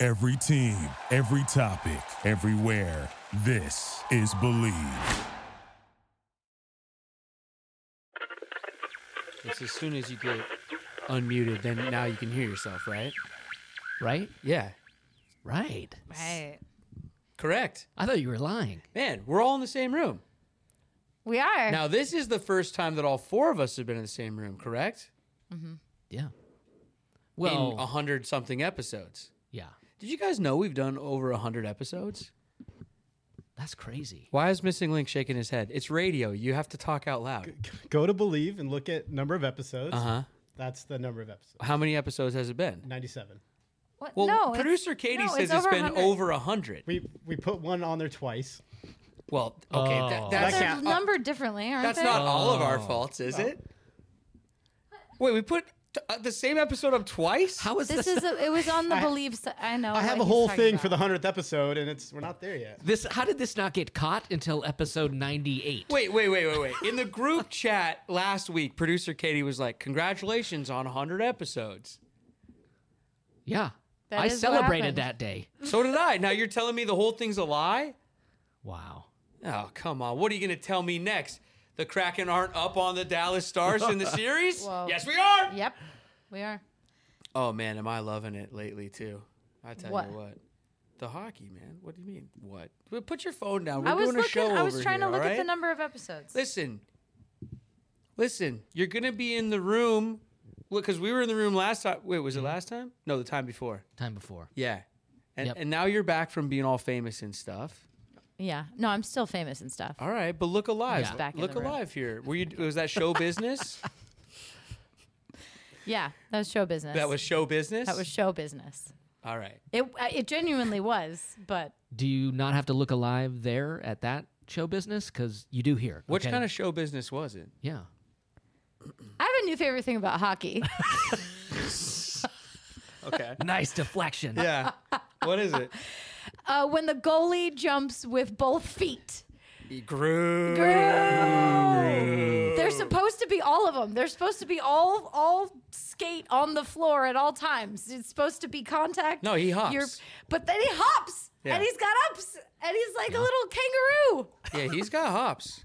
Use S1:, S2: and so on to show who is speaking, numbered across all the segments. S1: Every team, every topic, everywhere. This is Believe.
S2: It's as soon as you get unmuted, then now you can hear yourself, right? Right? Yeah. Right.
S3: Right.
S2: Correct.
S4: I thought you were lying.
S2: Man, we're all in the same room.
S3: We are.
S2: Now, this is the first time that all four of us have been in the same room, correct?
S4: Yeah.
S2: in
S4: Well,
S2: 100 something episodes.
S4: yeah.
S2: Did you guys know we've done over 100 episodes?
S4: That's crazy.
S2: Why is Missing Link shaking his head? It's radio. You have to talk out loud.
S5: Go to Believe and look at number of episodes.
S2: Uh huh.
S5: That's the number of episodes.
S2: How many episodes has it been?
S5: 97.
S3: What?
S2: Well,
S3: no, it's-
S2: producer Katie
S3: no,
S2: says it's been
S3: 100.
S2: over 100.
S5: We we put one on there twice.
S2: Well, okay. that-
S4: Oh.
S2: that's,
S5: That
S3: They're
S5: count-
S3: numbered differently, aren't
S2: uh, That's
S3: they?
S2: not all of our faults, is it? Oh. Wait, we put t- uh, the same episode up twice?
S4: How is
S3: This
S4: this?
S3: is a, it was on the beliefs. I know.
S5: I have
S3: what
S5: a
S3: he's
S5: whole
S3: talking
S5: thing for the
S3: about.
S5: 100th episode and it's we're not there yet.
S4: this how did this not get caught until episode 98?
S2: Wait, wait, wait, wait, wait. In the group chat last week, producer Katie was like, "Congratulations on 100 episodes."
S4: Yeah.
S3: That
S4: I
S3: is what
S4: celebrated
S3: happened.
S4: that day.
S2: So did I. Now you're telling me the whole thing's a lie?
S4: Wow.
S2: Oh, come on. What are you going to tell me next? The Kraken aren't up on the Dallas Stars in the series?
S3: Whoa.
S2: Yes, we are.
S3: Yep, we are.
S2: Oh man, am I loving it lately too? I tell
S3: What?
S2: you what. The hockey, man. What do you mean? What? Well, Put your phone down. We're
S3: I was
S2: doing a
S3: looking.
S2: show
S3: I was
S2: over
S3: trying
S2: here,
S3: to look
S2: all
S3: at the
S2: right?
S3: number of episodes.
S2: Listen, listen. You're gonna be in the room because we were in the room last time. Wait,
S3: Mm-hmm.
S2: was it last time? No, the time before.
S4: Time before.
S2: Yeah, and
S4: Yep.
S2: and now you're back from being all famous and stuff.
S3: Yeah. No, I'm still famous and stuff.
S2: All right, but look alive.
S4: Yeah.
S3: Back in
S2: look
S3: the room.
S2: alive here. Were you? Was that show business?
S3: Yeah, that was show business.
S2: that was show business.
S3: that was show business.
S2: all right.
S3: It uh, it genuinely was, but
S4: Do you not have to look alive there at that show business? Because you do here.
S2: Which
S4: okay?
S2: kind of show business was it?
S4: Yeah.
S3: I have a new favorite thing about hockey.
S2: Okay.
S4: Nice deflection.
S2: yeah. What is it?
S3: Uh, when the goalie jumps with both feet.
S2: Groove.
S3: Girl. They're supposed to be all of them. They're supposed to be all all skate on the floor at all times. It's supposed to be contact.
S2: No, he hops.
S3: but then he hops,
S2: Yeah.
S3: and he's got ups, and he's like a little kangaroo.
S2: Yeah, he's got hops.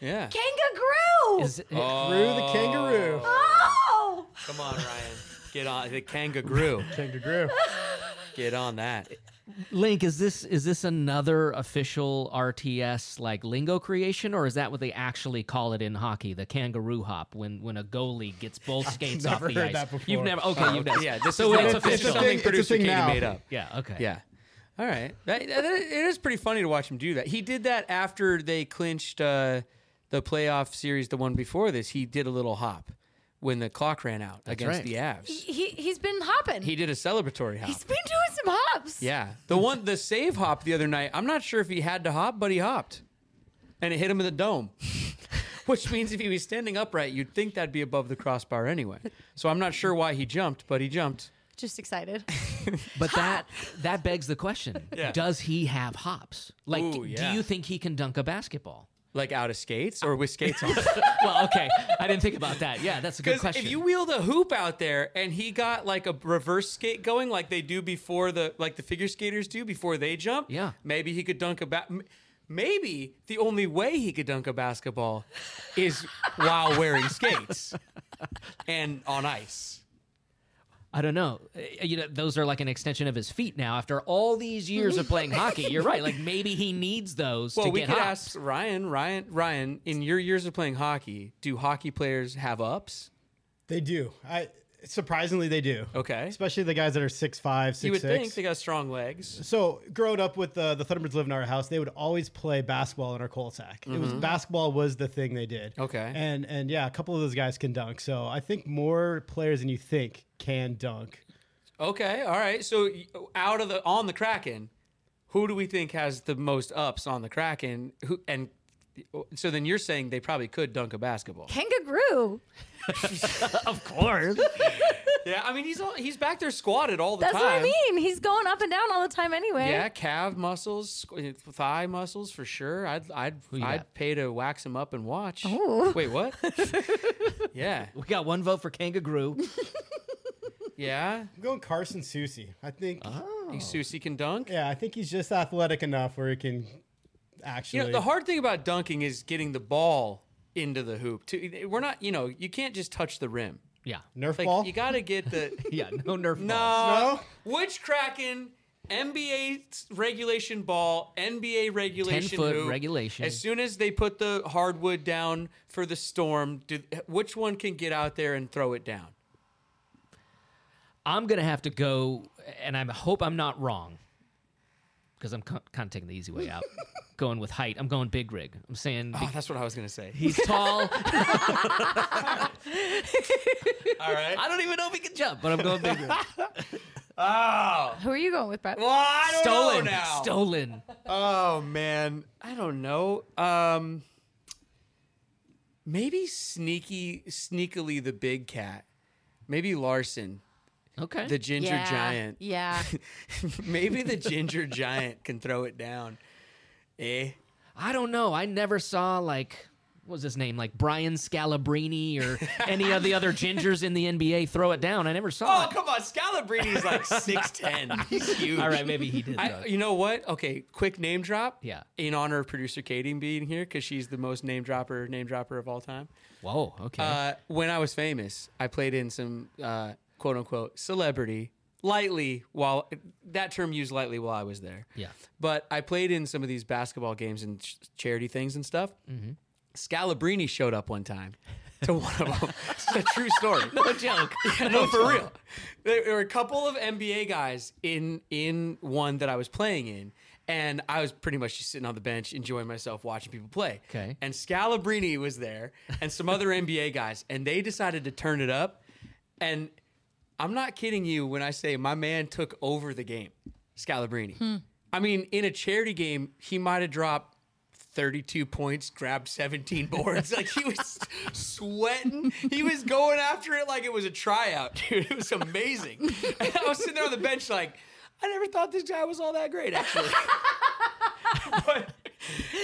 S2: Yeah.
S3: Kangaroo.
S4: Is it-
S5: Through the kangaroo.
S3: oh,
S2: Come on, Ryan. Get on the kangaroo.
S5: Kangaroo.
S2: Get on that.
S4: Link, is this is this another official RTS like lingo creation, or is that what they actually call it in hockey, the kangaroo hop, when when a goalie gets both skates off
S5: never
S4: the
S5: heard
S4: ice?
S5: that
S4: You've
S5: before.
S4: never okay, you've never,
S2: Yeah, this
S4: so
S2: is
S4: it's
S2: not- this is
S4: official.
S5: a thing-
S2: something
S5: it's a
S2: producer
S5: thing
S2: Katie
S5: now.
S2: made up.
S4: yeah, okay,
S2: Yeah. All right. That- that- that- it is pretty funny to watch him do that. He did that after they clinched uh, the playoff series, the one before this. He did a little hop when the clock ran out against
S4: right.
S2: the Avs.
S3: he he's been hopping.
S2: He did a celebratory hop.
S3: has been doing some hops.
S2: Yeah. The one the save hop the other night, I'm not sure if he had to hop, but he hopped. And it hit him in the dome. Which means if he was standing upright, you'd think that'd be above the crossbar anyway. So I'm not sure why he jumped, but he jumped.
S3: Just excited.
S4: But that that begs the question:
S2: Yeah.
S4: Does he have hops? Like,
S2: Ooh,
S4: d-
S2: yeah.
S4: do you think he can dunk a basketball?
S2: Like out of skates or with skates on.
S4: well, okay, I didn't think about that. Yeah, that's a good
S2: Because
S4: question.
S2: if you wheeled a hoop out there and he got like a reverse skate going like they do before the like the figure skaters do before they jump,
S4: Yeah.
S2: maybe he could dunk a ba- m- maybe the only way he could dunk a basketball is while wearing skates and on ice.
S4: I don't know. Uh, You know, those are like an extension of his feet now. After all these years of playing hockey, you're right. Like maybe he needs those
S2: Well,
S4: to
S2: we
S4: get
S2: could ask
S4: hops.
S2: Ryan, Ryan, Ryan, in your years of playing hockey, do hockey players have ups?
S5: They do. I surprisingly they do.
S2: Okay.
S5: Especially the guys that are six five, six
S2: you would
S5: six.
S2: think they got strong legs.
S5: So, growing up with the the Thunderbirds living in our house, they would always play basketball in our cul de It was basketball was the thing they did.
S2: Mm-hmm. Okay.
S5: And and yeah, a couple of those guys can dunk. So I think more players than you think can dunk.
S2: Okay, all right. So y- out of the on the Kraken, who do we think has the most ups on the Kraken? Who and so then you're saying they probably could dunk a basketball.
S3: Kangaroo.
S4: Of course.
S2: Yeah, I mean he's all, he's back there squatted all the
S3: That's
S2: time.
S3: what I mean. He's going up and down all the time anyway.
S2: Yeah, calf muscles, squ- thigh muscles for sure. I'd I'd
S4: you
S2: I'd
S4: got?
S2: pay to wax him up and watch.
S3: Ooh.
S2: Wait, what? yeah,
S4: we got one vote for Kangaroo.
S2: yeah.
S5: I'm going Carson Susie. I think.
S3: Oh.
S2: You Susie can dunk.
S5: Yeah, I think he's just athletic enough where he can
S2: You
S5: actually.
S2: know, the hard thing about dunking is getting the ball into the hoop. To We're not, you know, you can't just touch the rim.
S4: Yeah.
S5: Nerf
S2: Like
S5: ball.
S2: you got to get the uh,
S4: Yeah, no Nerf balls.
S2: no, Which Kraken NBA regulation ball, NBA regulation
S4: 10-foot
S2: hoop.
S4: regulation.
S2: As soon as they put the hardwood down for the storm, do, which one can get out there and throw it down?
S4: I'm going to have to go, and I hope I'm not wrong because I'm kind of taking the easy way out. going with height. I'm going big rig. I'm saying be-
S2: Oh, that's what I was gonna say.
S4: he's tall.
S2: All right.
S4: I don't even know if he can jump, but I'm going big rig.
S2: Oh,
S3: Who are you going with, Brett?
S2: well, I don't
S4: Stolen.
S2: know now.
S4: Stolen.
S2: Oh man, I don't know. Um, maybe sneaky, sneakily the big cat. Maybe Larson,
S4: Okay.
S2: the ginger
S3: yeah.
S2: giant.
S3: Yeah.
S2: maybe the ginger giant can throw it down. Eh?
S4: I don't know. I never saw like what was his name? Like Brian Scalabrine or any of the other gingers in the NBA throw it down. I never saw
S2: Oh come on, Scalabrini's like six ten. He's huge.
S4: it. All right, maybe he did.
S2: I-
S4: though.
S2: you know what? Okay, quick name drop.
S4: Yeah.
S2: In honor of producer Katie being here because she's the most name dropper, name dropper of all time.
S4: Whoa. Okay.
S2: Uh, when I was famous, I played in some uh, quote unquote celebrity lightly while that term used lightly while I was there.
S4: Yeah.
S2: But I played in some of these basketball games and ch- charity things and stuff.
S4: Mm-hmm.
S2: Scalabrini showed up one time to one of them. it's a true story.
S4: no joke.
S2: Yeah, no, for real. There were a couple of NBA guys in in one that I was playing in, and I was pretty much just sitting on the bench enjoying myself watching people play.
S4: Okay.
S2: And Scalabrini was there, and some other NBA guys, and they decided to turn it up. And I'm not kidding you when I say my man took over the game, Scalabrini. I mean, in a charity game, he might have dropped 32 points, grabbed 17 boards. Like he was sweating. He was going after it like it was a tryout, dude. It was amazing. And I was sitting there on the bench like, I never thought this guy was all that great, actually. but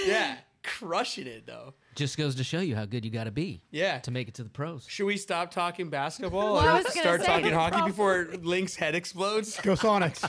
S2: yeah, crushing it though.
S4: Just goes to show you how good you got to be.
S2: Yeah.
S4: To make it to the pros.
S2: Should we stop talking basketball
S3: Well, I
S2: or
S3: was gonna
S2: start
S3: say,
S2: talking hockey
S3: probably.
S2: before Link's head explodes?
S5: Go Sonics.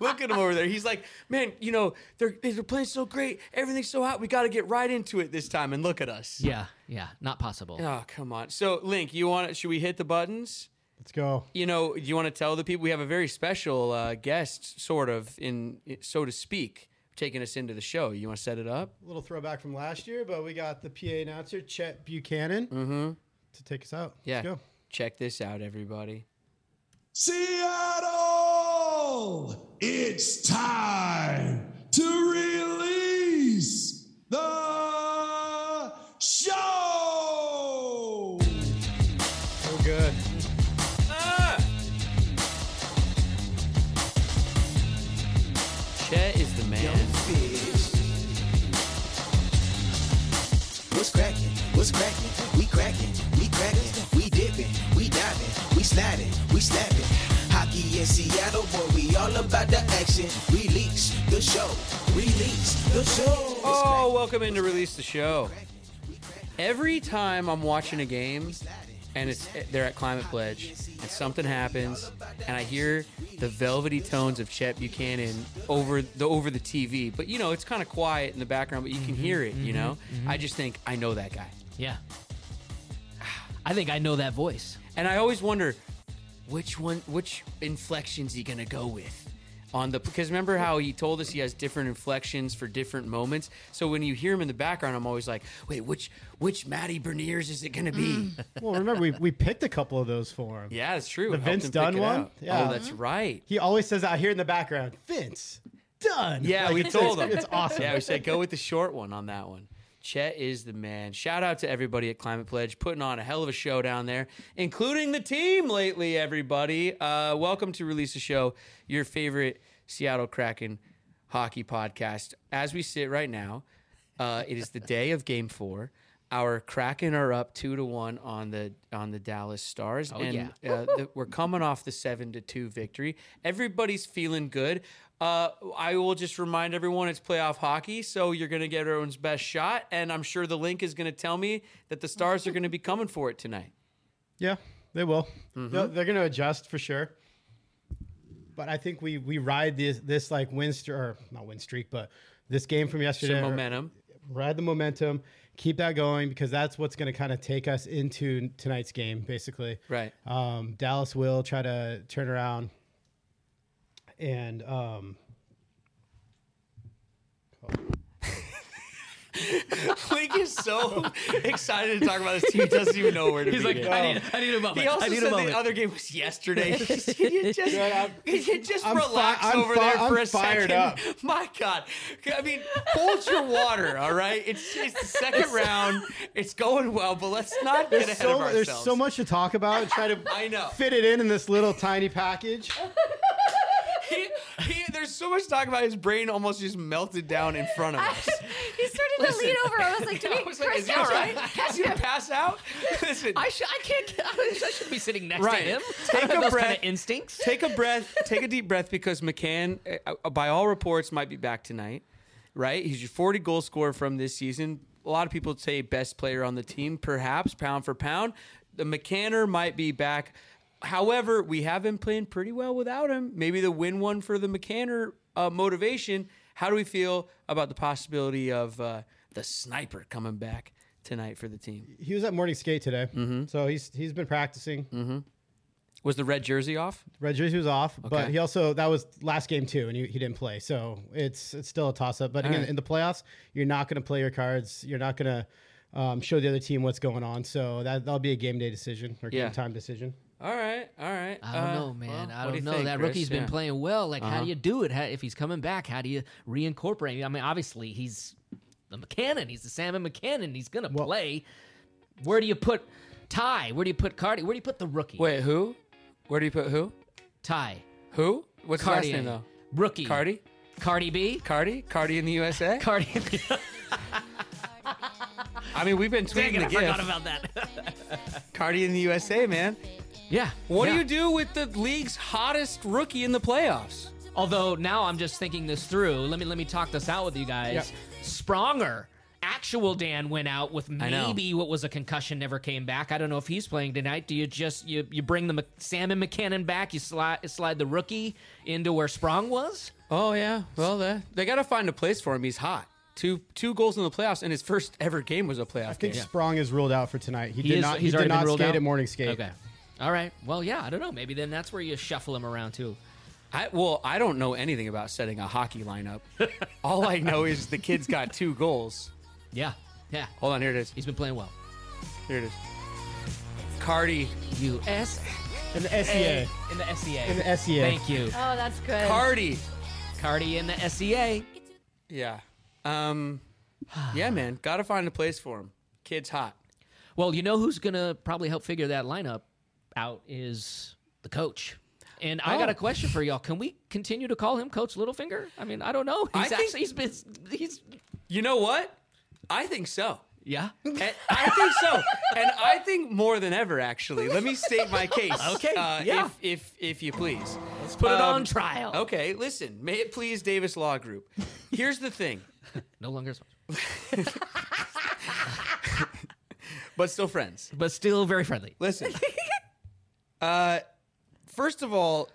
S2: Look at him over there. He's like, man, you know, they're they're playing so great. Everything's so hot. We got to get right into it this time. And look at us.
S4: Yeah. Yeah. Not possible.
S2: Oh, come on. So, Link, you want? Should we hit the buttons?
S5: Let's go.
S2: You know, you want to tell the people we have a very special uh, guest, sort of in so to speak, taking us into the show. You want to set it up?
S5: A little throwback from last year, but we got the PA announcer Chet Buchanan to take us out.
S2: Mm-hmm. Yeah.
S5: Let's go.
S2: Check this out, everybody.
S6: Seattle, it's time to release the show.
S5: So good.
S2: Chet is the man.
S7: What's cracking? What's cracking? We cracking, we cracking, we dipping, we diving, we sliding, we slapping. Hockey in Seattle, boy, we all about the action. Release the show, release the show.
S2: Oh, welcome in to release the show. Every time I'm watching a game and it's they're at Climate Pledge and something happens and I hear the velvety tones of Chet Buchanan over the over the TV, but you know, it's kind of quiet in the background, but you can hear it, you know? I just think I know that guy.
S4: Yeah. I think I know that voice.
S2: And I always wonder which one, which inflection's he gonna go with on the? Because remember how he told us he has different inflections for different moments. So when you hear him in the background, I'm always like, wait, which which Matty Berniers is it gonna be?
S5: Well, remember we, we picked a couple of those for him.
S2: Yeah, that's true.
S5: Mm. The
S2: Helped
S5: Vince
S2: him pick
S5: Dunn
S2: it
S5: one?
S2: out.
S5: Yeah.
S2: Oh, that's right.
S5: He always says out here in the background, Vince done.
S2: Yeah,
S5: Like,
S2: we
S5: it's-
S2: told
S5: it's-
S2: him.
S5: It's awesome.
S2: Yeah, we said go with the short one on that one. Chet is the man. Shout out to everybody at Climate Pledge putting on a hell of a show down there, including the team lately, everybody. Uh, welcome to Release the Show, your favorite Seattle Kraken hockey podcast. As we sit right now, uh, it is the day of game four. Our Kraken are up two to one on the on the Dallas Stars,
S4: Oh,
S2: and uh, the, we're coming off the seven to two victory. Everybody's feeling good. Uh, I will just remind everyone it's playoff hockey, so you're going to get everyone's best shot. And I'm sure the link is going to tell me that the Stars are going to be coming for it tonight.
S5: Yeah, they will.
S2: Mm-hmm.
S5: No, they're going to adjust for sure. But I think we we ride this this like win streak or not win streak, but this game from yesterday.
S2: Some momentum.
S5: Ride the momentum. Keep that going because that's what's going to kind of take us into tonight's game, basically.
S2: Right.
S5: Um, Dallas will try to turn around, and um,
S2: Link is so excited to talk about this team. He doesn't even know where to
S4: He's like,
S2: begin.
S4: I need, I need a moment.
S2: um, He also
S4: I need
S2: said
S4: a moment.
S2: the other game was yesterday. Can you just, could you just
S5: I'm fi-
S2: relax
S5: I'm
S2: over
S5: fi-
S2: there for
S5: I'm
S2: a
S5: fired
S2: second?
S5: up.
S2: My God. I mean, hold your water, all right? It's, it's the second round. It's going well, but let's not get
S5: there's
S2: ahead
S5: so
S2: of ourselves.
S5: there's so much to talk about. Try to
S2: I know.
S5: fit it in in this little tiny package.
S2: He, he, there's so much talk about his brain almost just melted down in front of
S3: I-
S2: us.
S3: he started to lean over. I was like, do we,
S2: I was like,
S3: Chris,
S2: is he all
S3: catch him,
S2: right?
S3: catch
S2: Did you
S3: him.
S2: pass out? Listen,
S4: I, should. I can't. I should be sitting next
S2: Right.
S4: to him.
S2: Take
S4: I don't
S2: a
S4: have those
S2: breath.
S4: Kind of instincts.
S2: take a breath. Take a deep breath because McCann, uh, uh, by all reports, might be back tonight. Right? He's your 40 goal scorer from this season. A lot of people say best player on the team, perhaps pound for pound. The McCanner might be back. However, we have been playing pretty well without him. Maybe the win one for the McCanner uh, motivation. How do we feel about the possibility of uh, the sniper coming back tonight for the team?
S5: He was at morning skate today,
S2: Mm-hmm.
S5: so he's he's been practicing.
S2: Was the red jersey off?
S5: Red jersey was off, but
S2: Okay.
S5: he also that was last game too, and he, he didn't play, so it's it's still a toss up. But again, in the playoffs, you're not going to play your cards. You're not going to um, show the other team what's going on. So that that'll be a game day decision or
S2: Yeah.
S5: game time decision.
S2: All right, all right.
S4: I don't
S2: Uh,
S4: know, man.
S2: well, what
S4: I don't
S2: do you
S4: know.
S2: think,
S4: that
S2: Chris?
S4: rookie's
S2: Yeah. Uh-huh.
S4: been playing well. Like, how do you do it? How, if he's coming back, how do you reincorporate? him? I mean, obviously he's the McCannon. He's the Salmon McCannon. He's gonna play. Where do you put Ty? Where do you put Cardi? Where do you put the rookie?
S2: Wait, who? Where do you put who?
S4: Ty.
S2: Who? What's his last
S4: Cardi.
S2: name though?
S4: Rookie.
S2: Cardi?
S4: Cardi B.
S2: Cardi? Cardi in the USA?
S4: Cardi.
S2: I mean, we've been tweeting
S4: Dang it,
S2: the
S4: I forgot
S2: gift.
S4: about that.
S2: Cardi in the USA, man.
S4: yeah.
S2: What
S4: yeah.
S2: do you do with the league's hottest rookie in the playoffs?
S4: Although now I'm just thinking this through. Let me let me talk this out with you guys. Spronger, actual Dan went out with
S2: I know.
S4: maybe what was a concussion, never came back. I don't know if he's playing tonight. Do you just you you bring the Mc, Sam and McKinnon back? You slide slide the rookie into where Sprong was.
S2: Oh yeah, well they, they got to find a place for him. He's hot. Two two goals in the playoffs, and his first ever game was a playoff
S5: I think
S2: game.
S5: Sprong is ruled out for tonight. He,
S4: He
S5: did
S4: is-
S5: not. He
S4: he's
S5: did
S4: already been
S5: not
S4: ruled
S5: skate
S4: out?
S5: at morning skate.
S4: Okay. All right. Well, yeah. I don't know. Maybe then that's where you shuffle him around too.
S2: I, well, I don't know anything about setting a hockey lineup. All I know is the kid's got two goals.
S4: Yeah. Yeah.
S2: Hold on, here it is.
S4: He's been playing well.
S2: Here it is. Cardi
S4: U.S.
S5: And the SEA.
S4: in the E SEA.
S5: In the E SEA.
S4: Thank you,
S3: Oh, that's good.
S2: Cardi.
S4: Cardi in the E SEA.
S2: Yeah. Um Yeah, man. Gotta find a place for him. Kid's hot.
S4: Well, you know who's gonna probably help figure that lineup out is the coach. And I got
S2: Oh.
S4: a question for y'all. Can we continue to call him Coach Littlefinger? I mean, I don't know. He's
S2: I think-
S4: actually he's been he's
S2: You know what? I think so.
S4: yeah.
S2: And I think so. And I think more than ever, actually. Let me state my case. uh,
S4: Okay, yeah.
S2: if, if if you please.
S4: Let's put it
S2: Um,
S4: on trial.
S2: Okay, listen. May it please Davis Law Group. Here's the thing,
S4: No longer,
S2: but still friends.
S4: but still very friendly.
S2: Listen. uh, first of all,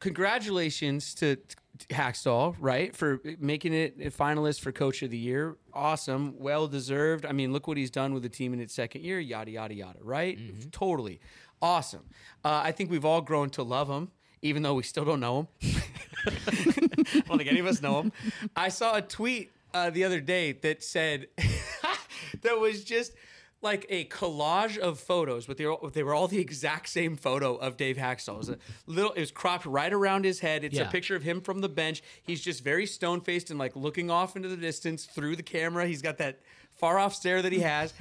S2: congratulations to to Hackstall, right, for making it a finalist for Coach of the Year. Awesome, well deserved. I mean, look what he's done with the team in its second year. Yada yada yada. Right? Totally awesome. Uh, I think we've all grown to love him, even though we still don't know him. I don't think any of us know him. I saw a tweet uh, the other day that said that was just like a collage of photos, but they were, they were all the exact same photo of Dave Haxtell. It was, a little, it was cropped right around his head. It's
S4: Yeah.
S2: a picture of him from the bench. He's just very stone faced and like looking off into the distance through the camera. He's got that far off stare that he has.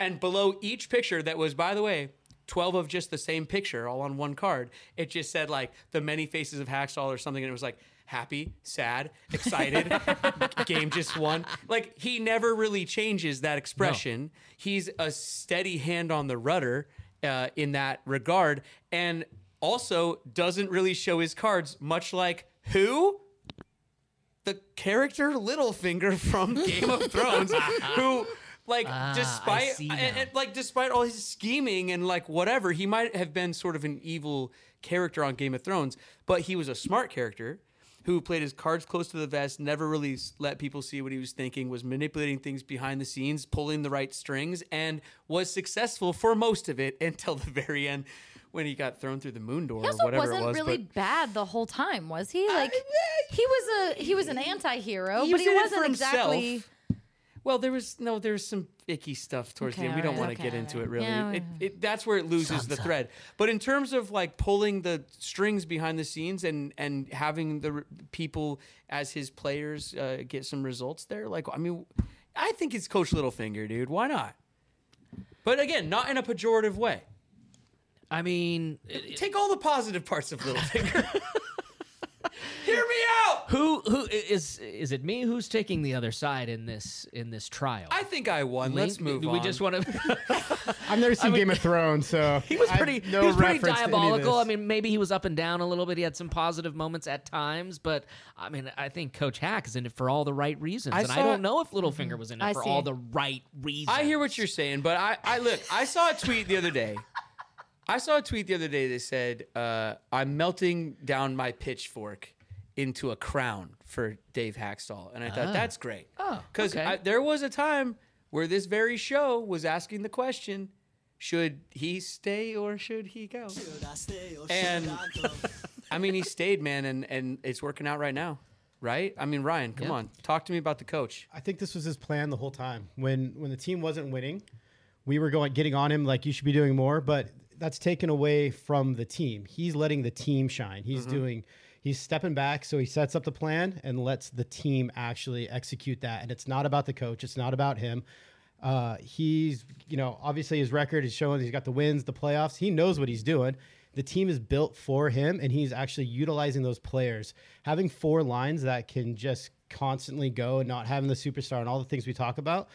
S2: and below each picture, that was, by the way, 12 of just the same picture all on one card. It just said like the many faces of Hacksaw or something. And it was like happy, sad, excited, game just won. Like he never really changes that expression. He's a steady hand on the rudder uh, in that regard. And also doesn't really show his cards, much like who? the character Littlefinger from Game of Thrones, who like
S3: Ah,
S2: despite
S4: see
S2: and- and,
S4: now.
S2: like despite all his scheming and like whatever, he might have been sort of an evil character on Game of Thrones, but he was a smart character who played his cards close to the vest, never really s- let people see what he was thinking, was manipulating things behind the scenes, pulling the right strings, and was successful for most of it until the very end when he got thrown through the moon door
S3: He
S2: or
S3: also
S2: whatever
S3: wasn't
S2: it was.
S3: really
S2: but-
S3: bad the whole time, was he? Like he was a he was an anti-hero, Oh, but
S2: was
S3: he
S2: in it for
S3: wasn't exactly.
S2: himself. Well, there was no, there was some icky stuff towards the
S3: Okay,
S2: end. We don't
S3: alright,
S2: want to
S3: okay,
S2: get into
S3: alright.
S2: it really.
S3: Yeah,
S2: it,
S3: we-
S2: it, that's where it loses the thread. But in terms of like pulling the strings behind the scenes and and having the r- people as his players uh, get some results there, like I mean, I think it's Coach Littlefinger, dude. Why not? But again, not in a pejorative way.
S4: I mean,
S2: Take all the positive parts of Littlefinger. Hear me out.
S4: who who is is it me who's taking the other side in this in this trial?
S2: I think I won. Let's
S4: Link?
S2: move
S4: Do
S2: on.
S4: We just want to.
S5: I've never seen Game of Thrones, so
S4: He was
S5: I have
S4: pretty.
S5: no
S4: he was pretty
S5: reference to any of
S4: diabolical.
S5: this.
S4: I mean, maybe he was up and down a little bit. He had some positive moments at times, but I mean, I think Coach Hack is in it for all the right reasons,
S2: I
S4: and I
S2: saw-
S4: don't know if Littlefinger was in it
S3: I
S4: for
S3: see.
S4: all the right reasons.
S2: I hear what you're saying, but I, I look, I saw a tweet the other day. I saw a tweet the other day that said, uh, I'm melting down my pitchfork into a crown for Dave Hackstall. And I thought, that's great.
S4: Ah. Oh,
S2: Because
S4: okay.
S2: there was a time where this very show was asking the question should he stay or should he go? And I mean, he stayed, man, and, and it's working out right now, right? I mean, Ryan, come on, talk to me about the coach.
S5: I think this was his plan the whole time. When when the team wasn't winning, we were going getting on him like you should be doing more, but that's taken away from the team. He's letting the team shine. He's doing he's stepping back so he sets up the plan and lets the team actually execute that and it's not about the coach, it's not about him. Uh, he's you know obviously his record is showing he's got the wins, the playoffs. He knows what he's doing. The team is built for him, and he's actually utilizing those players. Having four lines that can just constantly go and not having the superstar and all the things we talk about.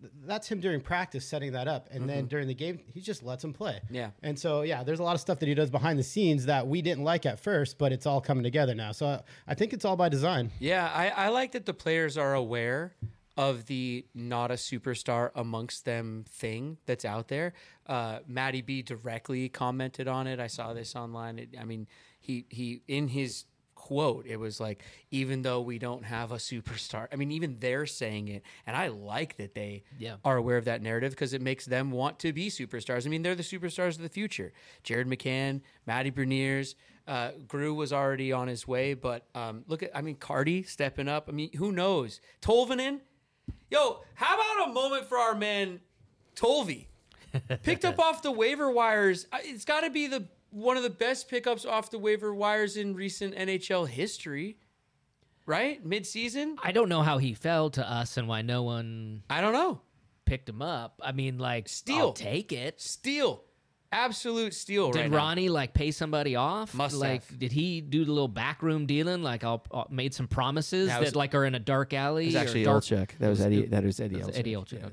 S5: th- That's him during practice setting that up, and then during the game he just lets him play.
S2: Mm-hmm. Yeah.
S5: and so yeah, there's a lot of stuff that he does behind the scenes that we didn't like at first, but it's all coming together now. So I, I think it's all by design.
S2: Yeah, I, I like that the players are aware of the not a superstar amongst them thing that's out there. Uh, Matty B directly commented on it. I saw this online. It, I mean, he he in his quote it was like even though we don't have a superstar i mean even they're saying it and i like that they
S4: Yeah.
S2: are aware of that narrative because it makes them want to be superstars i mean they're the superstars of the future jared mccann maddie berniers uh, Grew was already on his way, but um, look at, I mean, Cardi stepping up. I mean, who knows? Tolvanen? Yo, how about a moment for our man, Tolvi? Picked up off the waiver wires. I- It's got to be the one of the best pickups off the waiver wires in recent NHL history, right? Mid season?
S4: I don't know how he fell to us and why no one
S2: I don't know.
S4: picked him up. I mean, like,
S2: Steal.
S4: I'll take it.
S2: Steal. Absolute steal
S4: Did
S2: right now.
S4: Ronnie like pay somebody off?
S2: Must
S4: like,
S2: have.
S4: did he do the little backroom dealing? Like, I'll, I'll- made some promises
S2: That
S4: that,
S2: was-
S4: like are in a dark alley.
S2: was
S4: or
S2: actually
S4: dark-
S8: Check. That was Eddie. That was Eddie.
S4: That was
S8: Olczyk.
S4: Eddie Olczyk.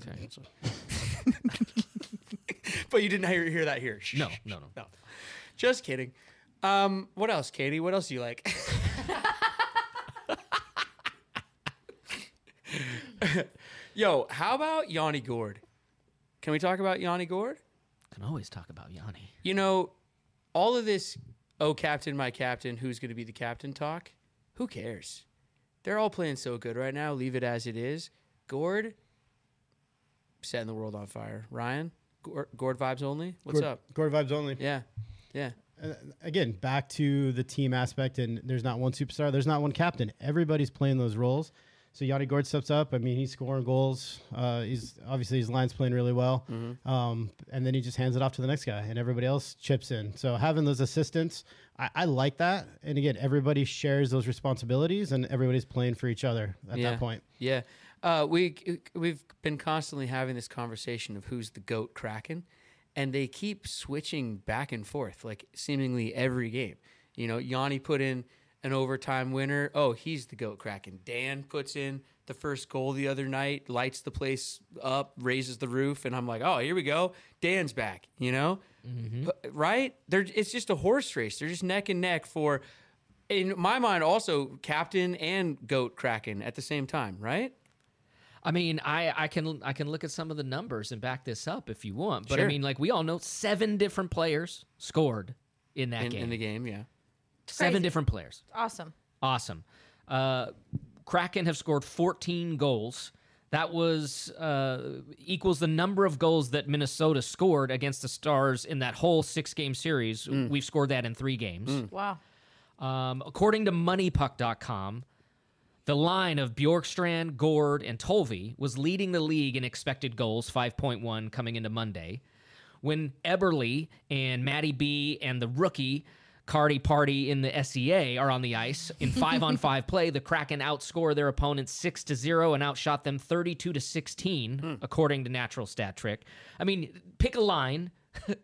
S4: okay.
S2: But you didn't hear, hear that here. Shh,
S4: No,
S2: shh,
S4: no,
S2: shh.
S4: no.
S2: Just kidding. Um, what else, Katie? What else do you like? Yo, how about Yanni Gord? Can we talk about Yanni Gord?
S4: Can always talk about Yanni.
S2: You know, all of this, oh, captain, my captain, who's going to be the captain talk, who cares? They're all playing so good right now. Leave it as it is. Gord, setting the world on fire. Ryan, Gord, Gord vibes only. What's
S5: Gord-
S2: up?
S5: Gord vibes only.
S2: Yeah. Yeah.
S5: again back to the team aspect and there's not one superstar there's not one captain everybody's playing those roles So Yanni Gord steps up. I mean, he's scoring goals. Uh, he's obviously his line's playing really well. Um, and then he just hands it off to the next guy, and everybody else chips in. So having those assistants, I, I like that. And again, everybody shares those responsibilities, and everybody's playing for each other at
S2: yeah.
S5: that point.
S2: Yeah. Uh, we we've been constantly having this conversation of who's the goat Kraken, and they keep switching back and forth like seemingly every game. You know, Yanni put in an overtime winner. Oh, he's the goat Kraken. Dan puts in the first goal the other night, lights the place up, raises the roof, and I'm like, oh, here we go. Dan's back. You know, But- right? They're, it's just a horse race. They're just neck and neck for in my mind also captain and goat kraken at the same time right
S4: I mean, I, I can I can look at some of the numbers and back this up if you want. But I
S2: Sure.
S4: mean, like we all know, seven different players scored in that
S2: in,
S4: game.
S2: in the game yeah
S4: Seven
S3: Crazy.
S4: different players.
S3: Awesome.
S4: Awesome. Uh, Kraken have scored 14 goals. That was uh, equals the number of goals that Minnesota scored against the Stars in that whole six game series.
S2: Mm.
S4: We've scored that in three games.
S3: Wow.
S4: Um, according to MoneyPuck.com, the line of Bjorkstrand, Gord, and Tolvey was leading the league in expected goals, 5.1 coming into Monday, when Eberly and Matty B and the rookie Cardi Party in the SEA are on the ice in five on five play. The Kraken outscore their opponents six to zero and outshot them 32 to 16, according to Natural Stat Trick. I mean, pick a line.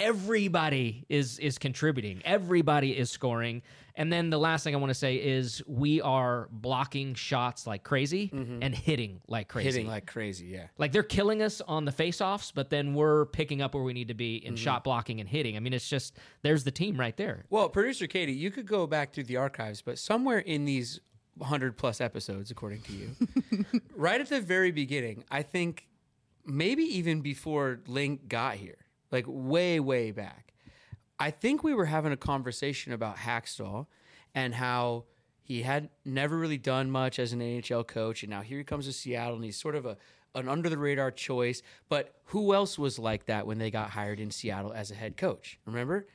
S4: everybody is is contributing everybody is scoring and then the last thing i want to say is we are blocking shots like crazy and hitting like crazy
S2: Mm-hmm. hitting like crazy yeah
S4: like they're killing us on the face-offs but then we're picking up where we need to be
S2: Mm-hmm.
S4: in shot blocking and hitting i mean it's just there's the team right there
S2: well producer katie you could go back through the archives but somewhere in these 100 plus episodes according to you right at the very beginning i think maybe even before link got here like way way back i think we were having a conversation about hackstall and how he had never really done much as an nhl coach and now here he comes to seattle and he's sort of a an under the radar choice but who else was like that when they got hired in seattle as a head coach remember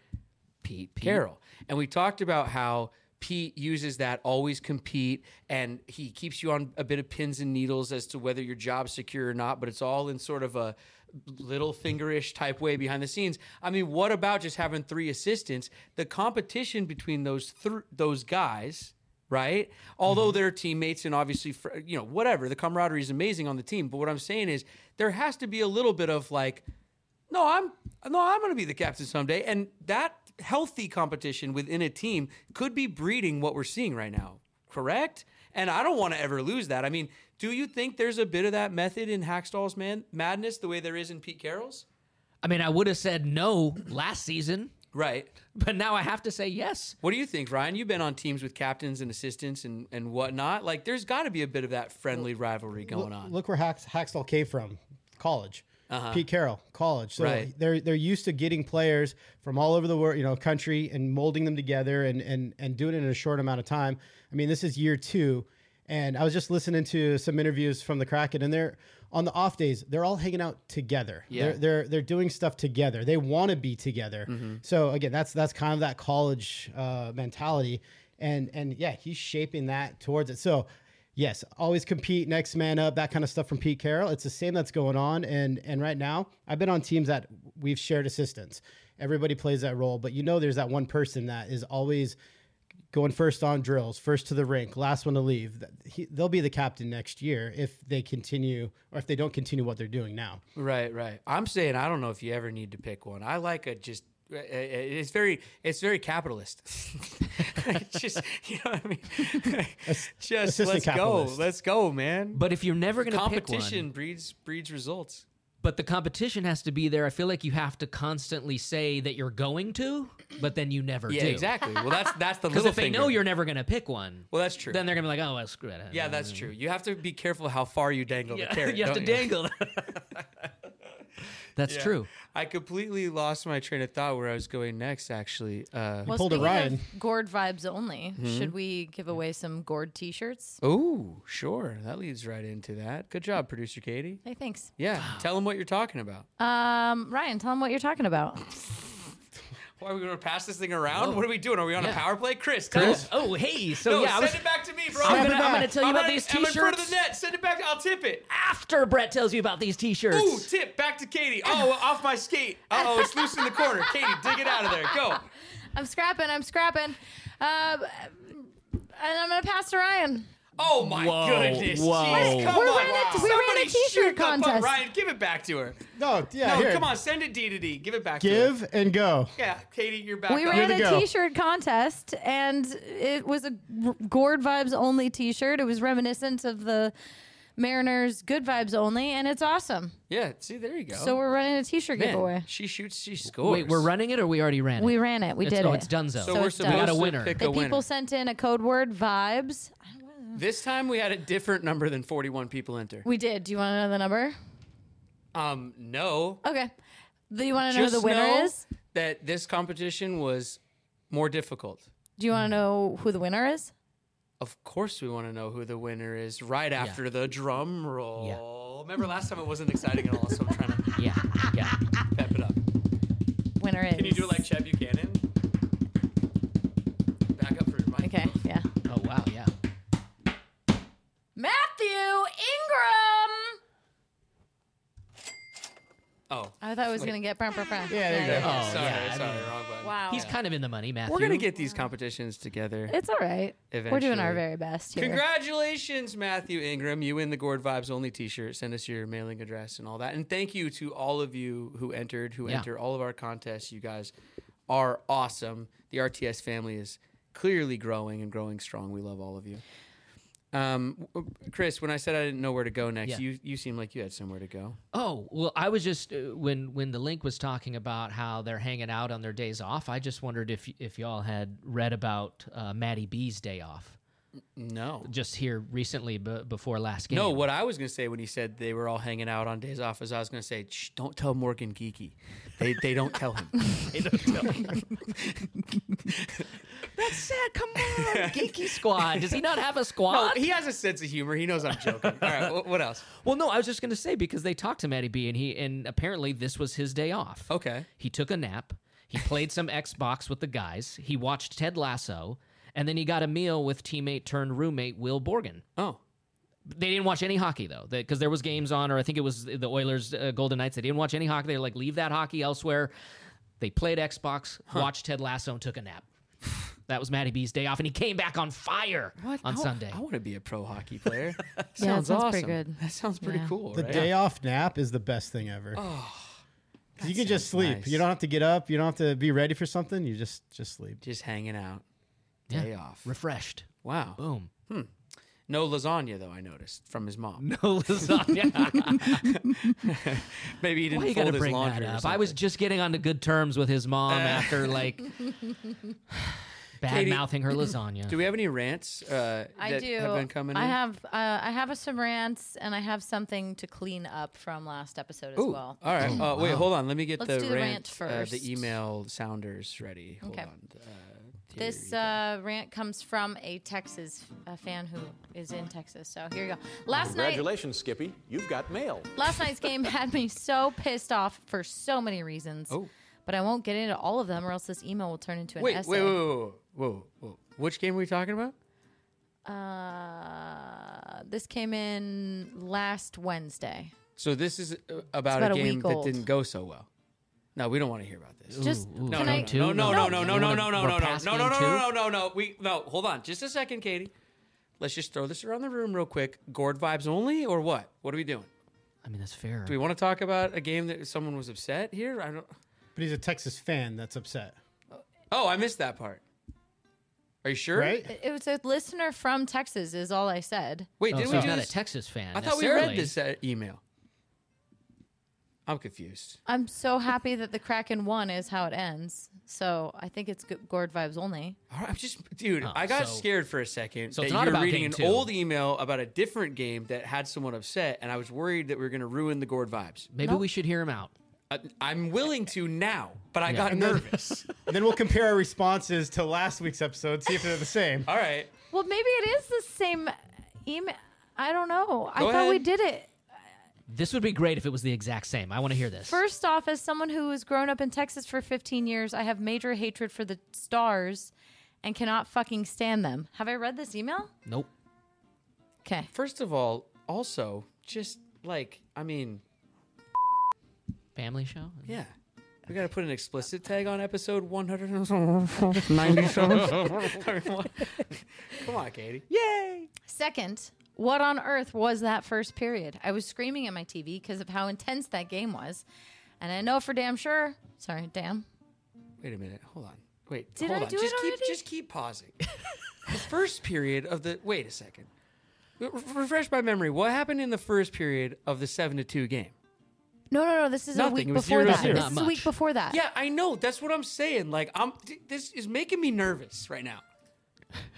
S2: Pete, Carroll. And we talked about how Pete uses that always compete and he keeps you on a bit of pins and needles as to whether your job's secure or not, but it's all in sort of a little fingerish type way behind the scenes. I mean, what about just having three assistants? The competition between those thr those guys right? Although they're teammates and obviously, fr- you know, whatever, the camaraderie is amazing on the team. But what I'm saying is there has to be a little bit of like, no, I'm no, I'm going to be the captain someday, and that healthy competition within a team could be breeding what we're seeing right now. Correct? And I don't want to ever lose that. I mean, do you think there's a bit of that method in Hackstall's man madness the way there is in Pete Carroll's?
S4: i mean i would have said no last season
S2: Right.
S4: but now i have to say yes
S2: What do you think, Ryan? You've been on teams with captains and assistants and, and whatnot. Like, there's got to be a bit of that friendly rivalry going
S5: Look-
S2: on. Uh-huh.
S5: Look where Hacks, Hackstall came from, college. Pete Carroll, college. So
S2: Right.
S5: they're they're used to getting players from all over the world, you know, country, and molding them together and and and doing it in a short amount of time. I mean, this is year two, and I was just listening to some interviews from the Kraken, and they're on the off days, they're all hanging out together.
S2: Yeah.
S5: They're, they're they're doing stuff together. They want to be together. So again, that's that's kind of that college uh, mentality, and and yeah, he's shaping that towards it. So yes, always compete, next man up, that kind of stuff from Pete Carroll. It's the same that's going on, and and right now I've been on teams that we've shared assistants. Everybody plays that role, but you know there's that one person that is always going first on drills, first to the rink, last one to leave. Th- He, they'll be the captain next year if they continue or if they don't continue what they're doing now.
S2: Right, right. I'm saying I don't know if you ever need to pick one. I like a just. uh, uh, It's very, it's very capitalist. It's just, you know what I mean. just
S5: assistant
S2: let's go,
S5: capitalist.
S2: let's go, man.
S4: but if you're never going to pick one,
S2: competition breeds breeds results.
S4: but the competition has to be there. I feel like you have to constantly say that you're going to, but then you never
S2: Yeah,
S4: do.
S2: exactly. Well, that's that's the
S4: Because
S2: little
S4: if they
S2: finger.
S4: know you're never going to pick one,
S2: well, that's true.
S4: then they're going to be like, oh, well, screw it.
S2: yeah, that's true. You have to be careful how far you dangle the
S4: Yeah,
S2: carrot.
S4: you have to
S2: don't
S4: dangle. that's
S2: Yeah.
S4: true.
S2: I completely lost my train of thought where I was going next. Actually, uh,
S3: Well,
S5: pulled a
S3: speaking
S5: Ryan.
S3: of Gourd vibes only. Should we give away some Gourd T-shirts?
S2: Mm-hmm. oh, sure, that leads right into that. Good job, producer Katie.
S3: Hey, thanks.
S2: Yeah, tell them what you're talking about.
S3: Um, Ryan, tell them what you're talking about.
S2: Why are we going to pass this thing around? What are we doing? Are we on a
S4: Yeah.
S2: power play? Chris, tell us.
S4: Oh, hey. So
S2: No,
S4: yeah, I
S2: send
S4: was,
S2: it back to me, bro.
S4: I'm
S5: Snap it
S4: gonna, I'm
S5: back.
S4: gonna tell you
S2: I'm
S4: about
S2: not-
S4: these
S2: I'm in front of
S4: t-shirts
S2: the net. Send it back. I'll tip it.
S4: after Brett tells you about these t-shirts.
S2: Ooh, tip back to Katie. Oh, off my skate. Uh oh, it's loose in the corner. Katie, dig it out of there. Go.
S3: I'm scrapping. I'm scrapping. Uh, and I'm gonna pass to Ryan.
S2: Oh my
S4: Whoa,
S2: goodness.
S4: whoa.
S2: Jeez, come
S3: We
S2: on.
S3: ran a- we ran a
S2: Somebody
S3: t-shirt
S2: shoot that button.
S3: contest.
S2: Ryan, give it back to her.
S5: No, yeah,
S2: no,
S5: here.
S2: come on, send it D to D. Give it back to her.
S5: Give and go.
S2: Yeah, Katie, you're back.
S3: We
S2: up.
S3: ran
S5: to
S3: a
S5: go.
S3: t-shirt contest, and it was a g- Gourd Vibes only t-shirt. It was reminiscent of the Mariners Good Vibes only, and it's awesome.
S2: Yeah, see, there you go.
S3: So we're running a t-shirt
S2: Oh. Man,
S3: giveaway.
S2: She shoots, she scores.
S4: Wait, we're running it or we already ran it?
S3: We ran it. We
S4: It's-
S3: did
S4: oh,
S3: it.
S4: it's donezo.
S2: So,
S3: So
S2: we're
S3: it's done.
S2: supposed
S3: We got a
S2: to
S4: winner.
S2: pick
S3: The
S2: a winner.
S3: people sent in a code word vibes.
S2: This time we had a different number than 41 people enter.
S3: We did. Do you want to know the number?
S2: Um, no.
S3: Okay. Do you want to know
S2: Just
S3: who the winner
S2: know
S3: is?
S2: that this competition was more difficult.
S3: Do you want to know who the winner is?
S2: Of course, we want to know who the winner is right after the drum roll. Remember last time it wasn't exciting at all, so I'm trying to
S4: Yeah, yeah.
S2: pep it up.
S3: Winner is.
S2: Can you do it like Chad Buchanan? Back up for your mic.
S3: Okay. Yeah.
S4: Oh wow, yeah.
S3: Matthew Ingram.
S2: Oh,
S3: I thought I was gonna get bumper friend.
S5: Yeah, there you go.
S4: Oh
S2: sorry,
S4: yeah. I
S2: sorry,
S4: mean,
S2: wrong button.
S3: Oh, Wow.
S4: he's kind of in the money, Matthew.
S2: We're gonna get these competitions together.
S3: It's all right. We're doing our
S2: Eventually.
S3: very best here.
S2: Congratulations, Matthew Ingram. You win the Gord Vibes Only t shirt. Send us your mailing address and all that. And thank you to all of you who entered, who
S4: Yeah.
S2: enter all of our contests. You guys are awesome. The RTS family is clearly growing and growing strong. We love all of you. Um, w- Chris, when I said I didn't know where to go next,
S4: Yeah.
S2: you, you seemed like you had somewhere to go.
S4: Oh well, I was just uh, when when the link was talking about how they're hanging out on their days off. I just wondered if y- if y'all had read about uh, Maddie B's day off
S2: No.
S4: just here recently b- before last game.
S2: No, what I was going to say when he said they were all hanging out on days off is I was going to say, Shh, don't tell Morgan Geeky. They, they don't tell him. they don't tell him.
S4: That's it. Come on, Geeky Squad. Does he not have a
S2: No,
S4: squad?
S2: Oh, he has a sense of humor. He knows I'm joking. All right, wh- what else?
S4: well, no, I was just gonna say because they talked to Maddie B and he and apparently this was his day off.
S2: Okay.
S4: He took a nap. He played some Xbox with the guys. He watched Ted Lasso, and then he got a meal with teammate turned roommate Will Borgen.
S2: Oh,
S4: They didn't watch any hockey though, because there was games on, or I think it was the Oilers, uh, Golden Knights. They didn't watch any hockey. They were like, leave that hockey elsewhere. They played Xbox, watched Ted Lasso, and took a nap. that was Matty B's day off, and he came back on fire on
S2: I wa-
S4: Sunday.
S2: I want to be a pro hockey player. That
S3: Yeah, it
S2: sounds,
S3: sounds
S2: awesome.
S3: pretty good.
S2: That sounds pretty
S3: Yeah.
S2: cool.
S5: The
S2: right?
S5: day off nap is the best thing ever. 'Cause you can just
S2: Oh, sounds
S5: sleep.
S2: nice.
S5: You don't have to get up. You don't have to be ready for something. You just just sleep.
S2: Just hanging out.
S4: Yeah.
S2: Day off.
S4: Refreshed.
S2: Wow.
S4: Boom.
S2: No lasagna though. I noticed from his mom.
S4: No lasagna.
S2: Maybe he didn't
S4: Why you
S2: fold
S4: gotta
S2: his
S4: bring
S2: laundry.
S4: that
S2: or
S4: up? I was
S2: something.
S4: just getting onto good terms with his mom after like bad
S2: Katie-
S4: mouthing her lasagna.
S2: Do we have any rants? Uh,
S3: I
S2: that
S3: do.
S2: Have been coming.
S3: I
S2: in?
S3: have. Uh, I have a some rants, and I have something to clean up from last episode as
S2: Ooh.
S3: well.
S2: All right. Uh, wait. Hold on. Let me get
S3: Let's
S2: the,
S3: do the
S2: rant,
S3: rant
S2: uh,
S3: first.
S2: the email sounders ready. Hold
S3: Okay.
S2: on. Uh, here
S3: This
S2: you go.
S3: uh, rant comes from a Texas a fan who is in Texas. So here you go. Last night,
S8: Congratulations, Skippy. You've got mail.
S3: last night's game had me so pissed off for so many reasons.
S2: Oh.
S3: But I won't get into all of them, or else this email will turn into an
S2: wait, wait,
S3: essay.
S2: wait, wait, wait, wait. Which game are we talking about?
S3: Uh, this came in last Wednesday.
S2: So this is uh, about,
S3: about
S2: a
S3: a
S2: game
S3: week
S2: that
S3: old.
S2: didn't go so well. No, we don't want to hear about this.
S3: Just
S4: ooh,
S2: No,
S3: can
S2: no,
S3: I?
S4: two?
S2: no, no, no, no,
S4: No.
S2: no, no, no, no,
S4: We're
S2: no, no,
S4: past
S2: no, no,
S4: game
S2: no,
S4: two?
S2: no, no, no, no. We no. Hold on, just a second, Katie. Let's just throw this around the room real quick. Gourd vibes only, or what? What are we doing?
S4: I mean, that's fair.
S2: Do we want to talk about a game that someone was upset here? I don't.
S5: But he's a Texas fan that's upset,
S2: Oh, I missed that part. Are you sure?
S5: right?
S3: It was a listener from Texas, is all I said.
S2: Wait,
S4: Oh,
S2: did
S4: so
S2: we
S4: he's
S2: do
S4: not a
S2: this?
S4: Texas fan.
S2: I thought we read
S4: necessarily.
S2: this uh, email. I'm confused.
S3: I'm so happy that the Kraken won is how it ends. So I think it's good, Gourd vibes only.
S2: All right, I'm just, dude. I got
S4: Oh, so-
S2: scared for a second
S4: so
S2: that
S4: it's not
S2: you were
S4: about
S2: reading
S4: game
S2: an
S4: two.
S2: old email about a different game that had someone upset, and I was worried that we were going to ruin the Gord vibes.
S4: Maybe we should hear him out.
S2: I, I'm willing to now, but I got
S5: And then-
S2: nervous.
S5: And then we'll compare our responses to last week's episode, see if they're the same.
S2: All right,
S3: Well, maybe it is the same email. I don't know. I
S2: Go
S3: thought we
S2: ahead.
S3: did it.
S4: This would be great if it was the exact same. I want to hear this.
S3: First off, as someone who has grown up in Texas for 15 years, I have major hatred for the stars and cannot fucking stand them. Have I read this email?
S4: nope.
S3: Okay.
S2: First of all, also just like I mean,
S4: Family show.
S2: yeah, we got to put an explicit tag on episode one hundred ninety seven. Come on, Katie.
S3: Second, what on earth was that first period? I was screaming at my TV because of how intense that game was. And I know for damn sure. Sorry, damn.
S2: Wait a minute. Hold on. Wait.
S3: Did
S2: hold
S3: I
S2: on.
S3: do it
S2: just keep
S3: already?
S2: just keep pausing. the first period of the wait a second. Re- refresh my memory. What happened in the first period of the seven to two game?
S3: No, no, no. This is
S2: Nothing.
S3: a week
S2: It was
S3: before
S2: zero
S3: that.
S2: zero.
S3: This
S4: Not
S3: is a week
S4: much.
S3: before that.
S2: Yeah, I know. That's what I'm saying. Like I'm th- this is making me nervous right now.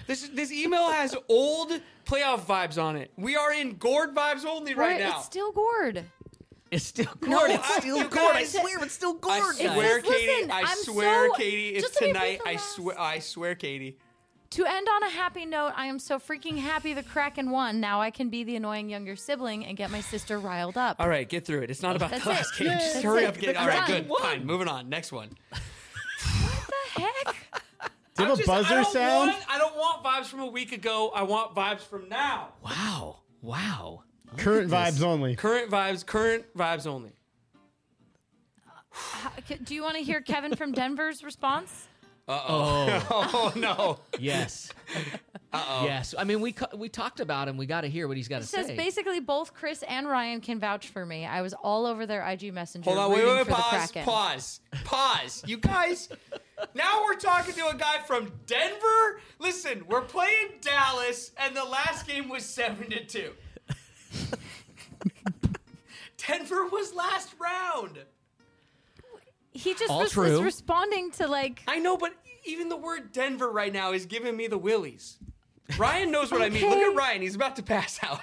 S2: This this email has old playoff vibes on it. We are in gourd vibes only
S3: We're-
S2: right now.
S3: It's still Gourd.
S4: It's still Gord.
S2: No,
S4: it's
S2: I-
S4: still
S2: you
S4: Gord. I
S2: guys-
S4: swear it's still Gord.
S2: I
S4: guys.
S2: swear,
S3: says,
S2: Katie.
S3: listen,
S2: I
S3: I'm
S2: swear,
S3: so-
S2: Katie.
S3: just
S2: It's
S3: to be
S2: tonight. I
S3: brutalized.
S2: swear. I swear, Katie.
S3: To end on a happy note, I am so freaking happy the Kraken won. Now I can be the annoying younger sibling and get my sister riled up.
S2: All right, get through it. It's not about
S3: That's
S2: the
S3: it.
S2: last game.
S3: Yeah,
S2: Just
S3: that's
S2: hurry
S3: it.
S2: up. Get
S3: The
S2: all right. Good.
S3: Kraken won.
S2: Fine. Moving on. Next one.
S3: The heck?
S5: Do you have a buzzer sound?
S2: I don't want vibes from a week ago. I want vibes from now.
S4: Wow. Wow. Look
S5: Current
S4: at this.
S5: vibes only.
S2: Current vibes. Current vibes only.
S3: K- uh, Do you want to hear Kevin from Denver's response?
S2: Oh no.
S4: Yes. Uh-oh. Yes. I mean, we cu- we talked about him. We got to hear what he's got to
S3: It
S4: say.
S3: says basically both Chris and Ryan can vouch for me. I was all over their IG messenger.
S2: Hold on. Wait.
S3: rooting
S2: Wait. wait
S3: for the
S2: pause.
S3: Kraken.
S2: Pause. Pause. You guys. Now we're talking to a guy from Denver. Listen, we're playing Dallas, and the last game was seven to two. Denver was last round.
S3: He just
S4: All
S3: was,
S4: true.
S3: was responding to like
S2: I know, but even the word Denver right now is giving me the willies. Ryan knows what I mean. Look at Ryan; he's about to pass out.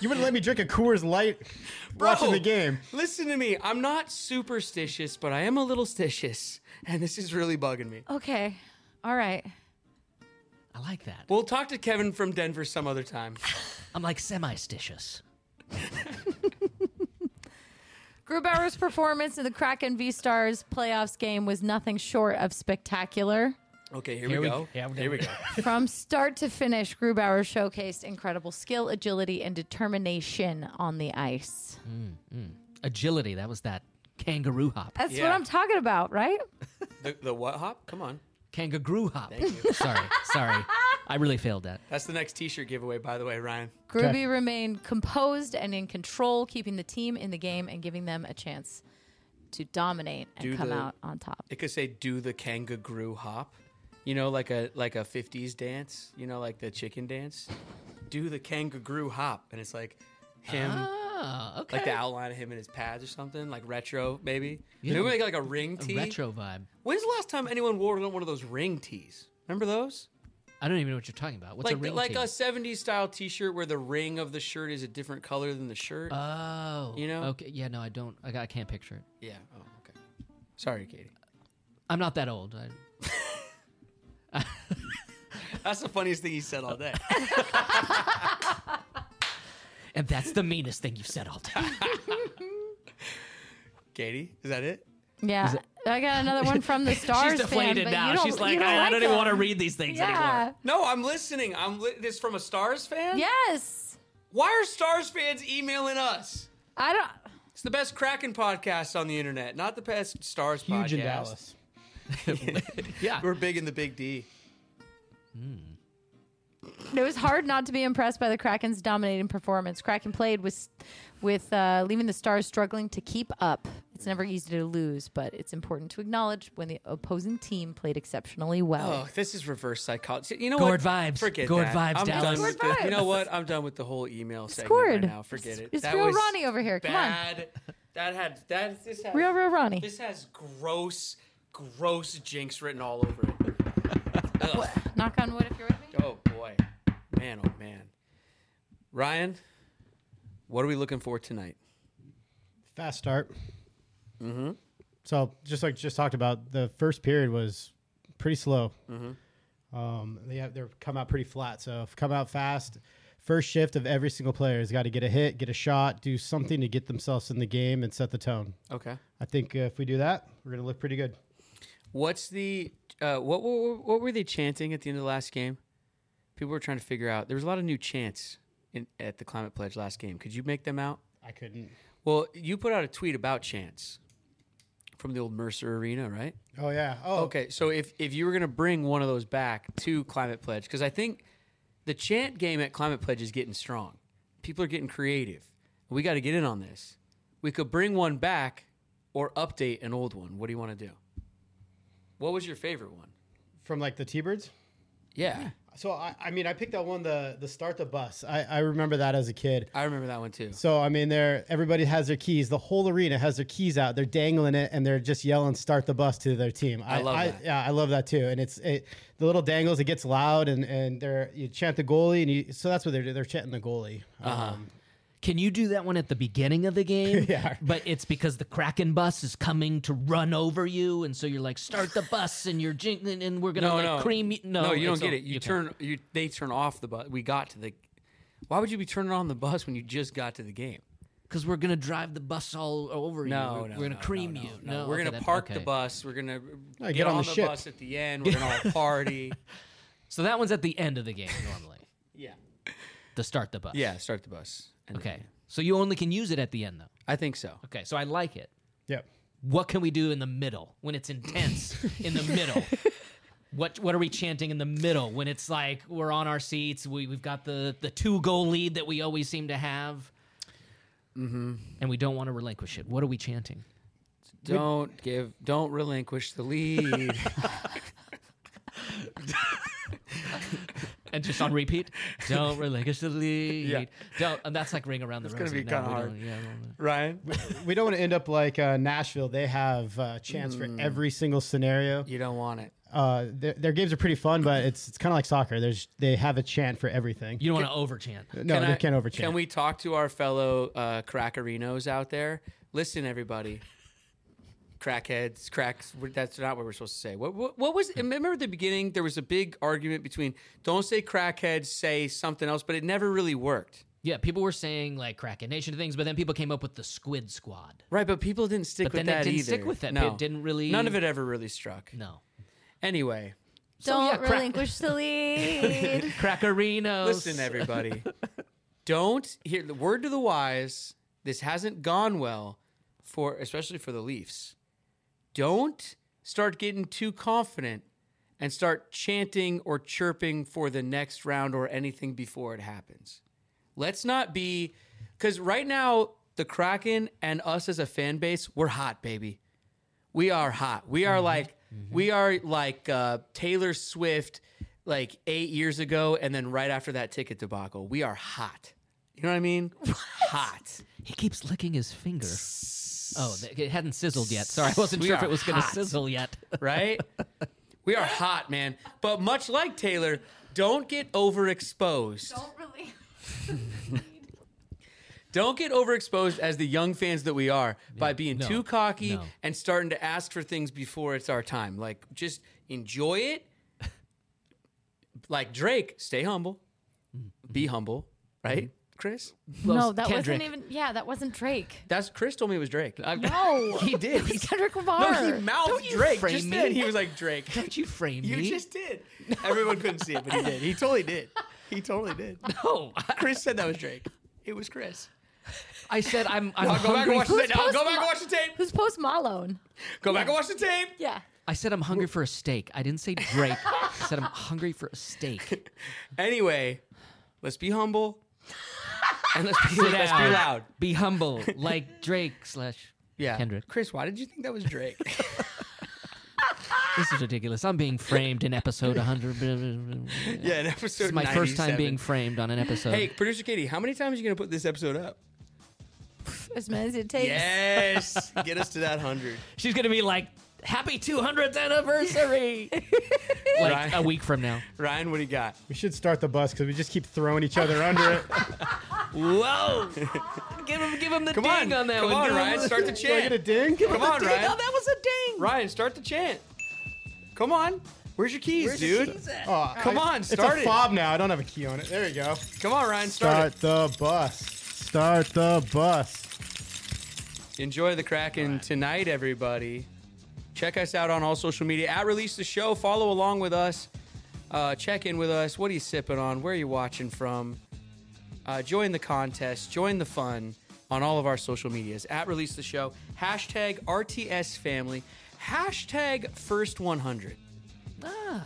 S5: You wouldn't let me drink a Coors Light
S2: Bro,
S5: watching the game.
S2: Listen to me. I'm not superstitious, but I am a little stitious, and this is really bugging me.
S3: okay, all right.
S4: I like that.
S2: We'll talk to Kevin from Denver some other time.
S4: I'm like semi-stitious.
S3: Grubauer's performance in the Kraken V Stars playoffs game was nothing short of spectacular.
S2: Okay, here,
S4: Here
S2: we
S4: we-
S2: go.
S4: yeah, we're
S2: here we go.
S4: done.
S3: From start to finish, Grubauer showcased incredible skill, agility, and determination on the ice.
S4: Agility. That was that kangaroo hop.
S3: That's
S2: Yeah.
S3: what I'm talking about, right?
S2: The, the what hop? Come on.
S4: Kangaroo hop. sorry. Sorry. I really failed that.
S2: That's the next T-shirt giveaway, by the way, Ryan.
S3: Gruby remained composed and in control, keeping the team in the game and giving them a chance to dominate and
S2: Do
S3: come
S2: the-
S3: out on top.
S2: It could say "Do the kangaroo hop," you know, like a like a '50s dance, you know, like the chicken dance. Do the kangaroo hop, and it's like him.
S4: Oh, okay.
S2: like the outline of him in his pads or something, like retro maybe. Maybe we make like a ring tee.
S4: retro vibe.
S2: When's the last time anyone wore one of those ring tees? Remember those?
S4: I don't even know what you're talking about. What's
S2: like
S4: a ring
S2: like
S4: tee?
S2: a '70s style T-shirt where the ring of the shirt is a different color than the shirt.
S4: Oh.
S2: you know?
S4: Okay. Yeah. No, I don't. I, got- I can't picture it.
S2: yeah. Oh, okay. Sorry, Katie.
S4: I'm not that old. I,
S2: That's the funniest thing he said all day.
S4: and that's the meanest thing you've said all day.
S2: Katie, is that it?
S3: Yeah. I got another one from the Stars.
S4: She's
S3: fan,
S4: deflated
S3: but
S4: now.
S3: You don't,
S4: She's
S3: you
S4: like,
S3: don't
S4: I, I don't even
S3: them."
S4: want to read these things
S3: Yeah.
S4: anymore.
S2: No, I'm listening. I'm li- this from a Stars fan.
S3: Yes.
S2: Why are Stars fans emailing us?
S3: I don't.
S2: It's the best Kraken podcast on the internet, not the best Stars podcast.
S5: Huge in Dallas.
S4: Yeah.
S2: We're big in the Big D.
S3: It was hard not to be impressed by the Kraken's dominating performance. Kraken played with, with uh, leaving the Stars struggling to keep up. It's never easy to lose, but it's important to acknowledge when the opposing team played exceptionally well.
S2: Oh, this is reverse psychology. You know
S4: Gourd
S2: what?
S4: vibes.
S2: Forget
S4: Gourd
S2: that.
S4: vibes,
S2: I'm
S4: Dallas.
S2: done
S3: It's
S2: with
S3: gourd
S2: the- You know
S3: vibes.
S2: what? I'm done with the whole email segment
S3: gourd.
S2: right now. Forget it.
S3: It's
S2: that
S3: real
S2: was
S3: Ronnie over here. Come on.
S2: bad. That had that. This has,
S3: Real, real Ronnie.
S2: This has gross, gross jinx written all over it. Ugh.
S3: Knock on wood if you're with me.
S2: Oh boy, man. Oh man. Ryan, what are we looking for tonight?
S5: Fast start. Mm-hmm. So just like just talked about, the first period was pretty slow. Mm-hmm. Um, they have, they're come out pretty flat. So if come out fast. First shift of every single player has got to get a hit, get a shot, do something to get themselves in the game and set the tone.
S2: Okay.
S5: I think uh, if we do that, we're going to look pretty good.
S2: What's the uh, what, what what were they chanting at the end of the last game? People were trying to figure out. There was a lot of new chants in, at the climate pledge last game. Could you make them out?
S5: I couldn't.
S2: Well, you put out a tweet about chants from the old Mercer Arena, right?
S5: Oh yeah. Oh
S2: Okay, so if if you were gonna bring one of those back to Climate Pledge, because I think the chant game at Climate Pledge is getting strong. People are getting creative. We got to get in on this. We could bring one back or update an old one. What do you want to do? What was your favorite one?
S5: From like the T-Birds.
S2: Yeah,
S5: So I, I mean, I picked that one, the the start the bus. I, I remember that as a kid.
S2: I remember that one too.
S5: So I mean, there everybody has their keys. The whole arena has their keys out. They're dangling it, and they're just yelling "Start the bus" to their team. I,
S2: love that.
S5: Yeah, I love that too. And it's it, the little dangles. It gets loud, and and they're you chant the goalie, and you, so that's what they're doing. they're chanting the goalie.
S2: Uh-huh.
S5: Um,
S4: Can you do that one at the beginning of the game?
S5: Yeah.
S4: But it's because the Kraken bus is coming to run over you, and so you're like, start the bus, and you're jingling, and we're gonna
S2: No,
S4: like
S2: no,
S4: cream you. No,
S2: no, you don't
S4: it's
S2: get
S4: all-
S2: it. You,
S4: can't.
S2: turn you. They turn off the bus. We got to the. Why would you be turning on the bus when you just got to the game?
S4: because we're gonna drive the bus all over you.
S2: No,
S4: we're,
S2: no,
S4: we're gonna
S2: no,
S4: cream
S2: no,
S4: you.
S2: No, no. we're
S4: okay,
S2: gonna
S4: that-
S2: park the
S4: okay.
S2: bus. We're gonna
S5: No, get on the ship.
S2: bus at the end. We're gonna all party.
S4: So that one's at the end of the game normally.
S2: yeah.
S4: to start the bus.
S2: Yeah, start the bus. And
S4: Okay. So you only can use it at the end though.
S2: I think so.
S4: Okay. So I like it.
S5: yep.
S4: What can we do in the middle when it's intense? in the middle. What, what are we chanting in the middle when it's like we're on our seats? We, we've got the, the two goal lead that we always seem to have, mm-hmm.
S2: Mm-hmm.
S4: and we don't want to relinquish it. What are we chanting?
S2: Don't give don't relinquish the lead.
S4: And just on repeat, don't relinquish the lead.
S2: Yeah.
S4: Don't. And that's like ring around the. It's
S2: gonna be kinda hard.
S4: Yeah, we don't-
S2: Ryan.
S5: We don't want to end up like uh, Nashville. They have uh, chants
S2: Mm.
S5: for every single scenario.
S2: You don't want it.
S5: Uh, their, their games are pretty fun, but it's it's kind of like soccer. There's they have a chant for everything.
S4: you don't want to over chant.
S5: no, they
S2: I-
S5: can't over chant.
S2: Can we talk to our fellow uh crackerinos out there? Listen, everybody. Crackheads, cracks. That's not what we're supposed to say. What, what, what was? Remember at the beginning, there was a big argument between don't say crackheads, say something else, but it never really worked.
S4: Yeah, people were saying like Kraken Nation things, but then people came up with the Squid Squad.
S2: Right, but people didn't stick
S4: But
S2: with
S4: then it
S2: that
S4: didn't
S2: either.
S4: stick with that.
S2: No,
S4: It didn't really-
S2: None of it ever really struck.
S4: No.
S2: Anyway,
S3: Don't
S4: yeah, cra-
S3: relinquish the lead.
S4: Crackerinos.
S2: listen, everybody. don't hear the word to the wise. This hasn't gone well for, especially for the Leafs. Don't start getting too confident and start chanting or chirping for the next round or anything before it happens. Let's not be, because right now, the Kraken and us as a fan base, we're hot, baby. we are hot. We are like we are like uh, Taylor Swift like eight years ago, and then right after that ticket debacle, we are hot. You know what I mean? Hot.
S4: He keeps licking his finger. Oh, th- it hadn't sizzled yet. Sorry, I wasn't
S2: We
S4: sure if
S2: are
S4: it was going to
S2: hot.
S4: sizzle yet.
S2: right? we are hot, man. But much like Taylor, don't get overexposed. Don't,
S3: really.
S2: get overexposed as the young fans that we are by being
S4: no,
S2: too cocky
S4: no.
S2: and starting to ask for things before it's our time. Like just enjoy it. like Drake, stay humble.
S4: Mm-hmm.
S2: Be humble, right? Chris?
S3: No,
S4: Well,
S3: that
S4: Kendrick.
S3: wasn't even. Yeah, that wasn't Drake.
S2: That's Chris told me it was Drake.
S3: No,
S4: He did.
S3: It was Kendrick
S2: no,
S3: Lamar.
S2: he mouthed
S4: Don't you
S2: Drake.
S4: frame
S2: Just
S4: me.
S2: then he was like Drake.
S4: Don't you frame
S2: You
S4: me.
S2: just did. Everyone couldn't see it, but he did. He totally did. He totally did.
S4: Oh,
S2: Chris said that was Drake. It was Chris.
S4: I said I'm. I'm
S2: I'll go back and
S4: hungry.
S2: watch the
S3: Who's
S2: tape. I'll go
S3: Post
S2: back and
S3: Ma-
S2: watch the tape.
S3: Who's Post Malone?
S2: Go back and watch the tape.
S3: Yeah.
S4: I said I'm hungry for a steak. I didn't say Drake. I said I'm hungry for a steak.
S2: Anyway, let's be humble and let's be,
S4: Sit
S2: let's be
S4: down.
S2: loud.
S4: Be humble, like Drake slash
S2: Yeah,
S4: Kendrick.
S2: Chris, why did you think that was Drake?
S4: This is ridiculous. I'm being framed in episode 100. This
S2: yeah, in episode.
S4: is my first time
S2: 97.
S4: being framed on an episode.
S2: Hey, producer Katie, how many times are you gonna put this episode up?
S3: As many as it takes.
S2: Yes, get us to that hundred.
S4: She's gonna be like, "Happy 200th anniversary!" like
S2: Right.
S4: a week from now.
S2: Ryan, what do you got?
S5: we should start the bus because we just keep throwing each other under it.
S4: Whoa! give him, give him the
S2: Come
S4: ding on,
S2: on,
S4: that
S2: come
S4: one.
S2: on,
S4: Give him
S2: Ryan,
S4: the-
S2: start the
S5: Do I get a
S2: chant.
S5: ding?
S2: Come on,
S4: Ding. Oh,
S2: Ryan.
S4: that was a ding.
S2: Ryan, start the chant. Come on. Where's your keys, dude?
S5: Oh,
S2: Come on, start
S5: it's
S2: it.
S5: a fob now. I don't have a key on it. There you go.
S2: Come on, Ryan, start,
S5: Start the bus. Start the bus.
S2: it. Enjoy the Kraken tonight, everybody. Check us out on all social media at Release the Show. Follow along with us. Uh, check in with us. What are you sipping on? Where are you watching from? Uh, join the contest. Join the fun on all of our social medias at Release the Show. Hashtag RTS Family. Hashtag First 100.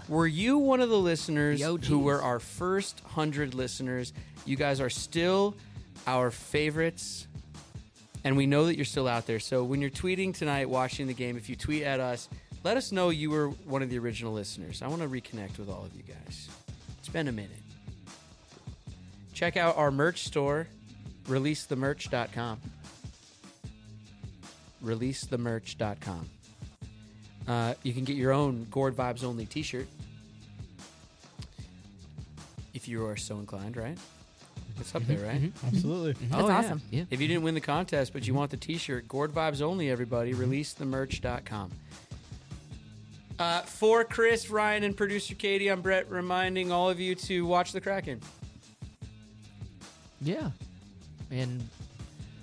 S2: Were you one of the listeners
S4: The OGs.
S2: who were our first 100 listeners? You guys are still our favorites. And we know that you're still out there. So when you're tweeting tonight, watching the game, if you tweet at us, let us know you were one of the original listeners. I want to reconnect with all of you guys. It's been a minute. Check out our merch store, releasethemerch.com. Releasethemerch.com. Uh, you can get your own Gourd Vibes Only t shirt if you are so inclined, right? It's up there, right? Oh,
S5: Absolutely.
S3: That's awesome.
S4: Oh, Yeah.
S2: If you didn't win the contest, but you want the T-shirt, Gourd Vibes only. Everybody, releasethemerch.com. Uh, for Chris, Ryan, and producer Katie, I'm Brett, reminding all of you to watch the Kraken.
S4: Yeah. And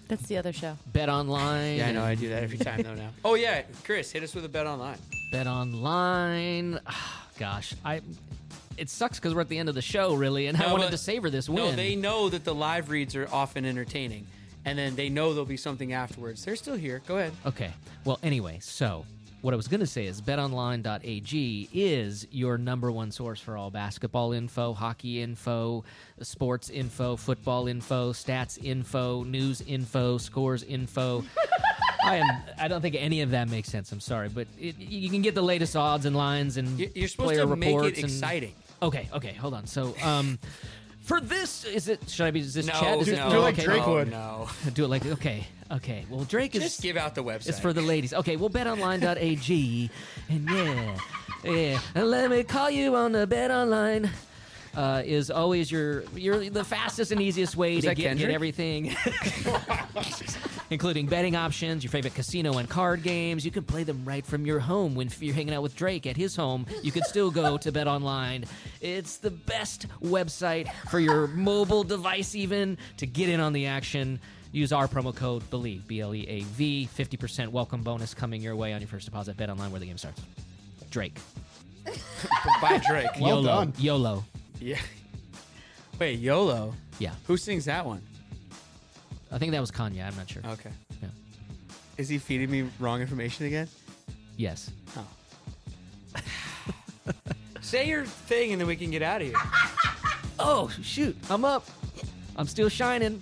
S3: That's the other show.
S4: bet online.
S2: Yeah, I know I do that every time though. Now, oh yeah, Chris, hit us with a bet online.
S4: Bet online. Ah, gosh, I. It sucks because we're at the end of the show, really, and I
S2: No,
S4: wanted
S2: but-
S4: to savor this win.
S2: No, they know that the live reads are often entertaining, and then they know there'll be something afterwards. They're still here. Go ahead.
S4: Okay. Well, anyway, so what I was going to say is betonline.ag is your number one source for all basketball info, hockey info, sports info, football info, stats info, news info, scores info. I am I don't think any of that makes sense. I'm sorry, but it, you can get the latest odds and lines and
S2: You- You're supposed
S4: player
S2: to make
S4: reports
S2: it
S4: and-
S2: exciting.
S4: Okay, okay, hold on. So, um for this is it should I be is this Chad? Is
S2: no,
S4: it-
S2: no,
S5: do like
S4: okay.
S5: Drake
S2: no,
S5: would.
S2: No,
S4: Do it like okay. Okay. Well, Drake is
S2: just give out the website.
S4: it's for the ladies. Okay, well, betonline.ag. And yeah, yeah. And let me call you on the betonline. Uh, is always your your the fastest and easiest way to
S2: that
S4: get, get
S2: Kendrick?
S4: everything, including betting options, your favorite casino and card games. You can play them right from your home. When you're hanging out with Drake at his home, you can still go to Bet Online. It's the best website for your mobile device, even to get in on the action. Use our promo code BELIEVE, B L E A V, 50% welcome bonus coming your way on your first deposit. Bet online where the game starts. Drake.
S2: by Drake.
S5: Well
S4: YOLO.
S5: done.
S4: YOLO.
S2: yeah. Wait, YOLO.
S4: Yeah.
S2: Who sings that one?
S4: I think that was Kanye. I'm not sure.
S2: Okay.
S4: Yeah.
S2: Is he feeding me wrong information again?
S4: Yes.
S2: Oh. Say your thing and then we can get out of here.
S4: Oh, shoot. I'm up. I'm still shining.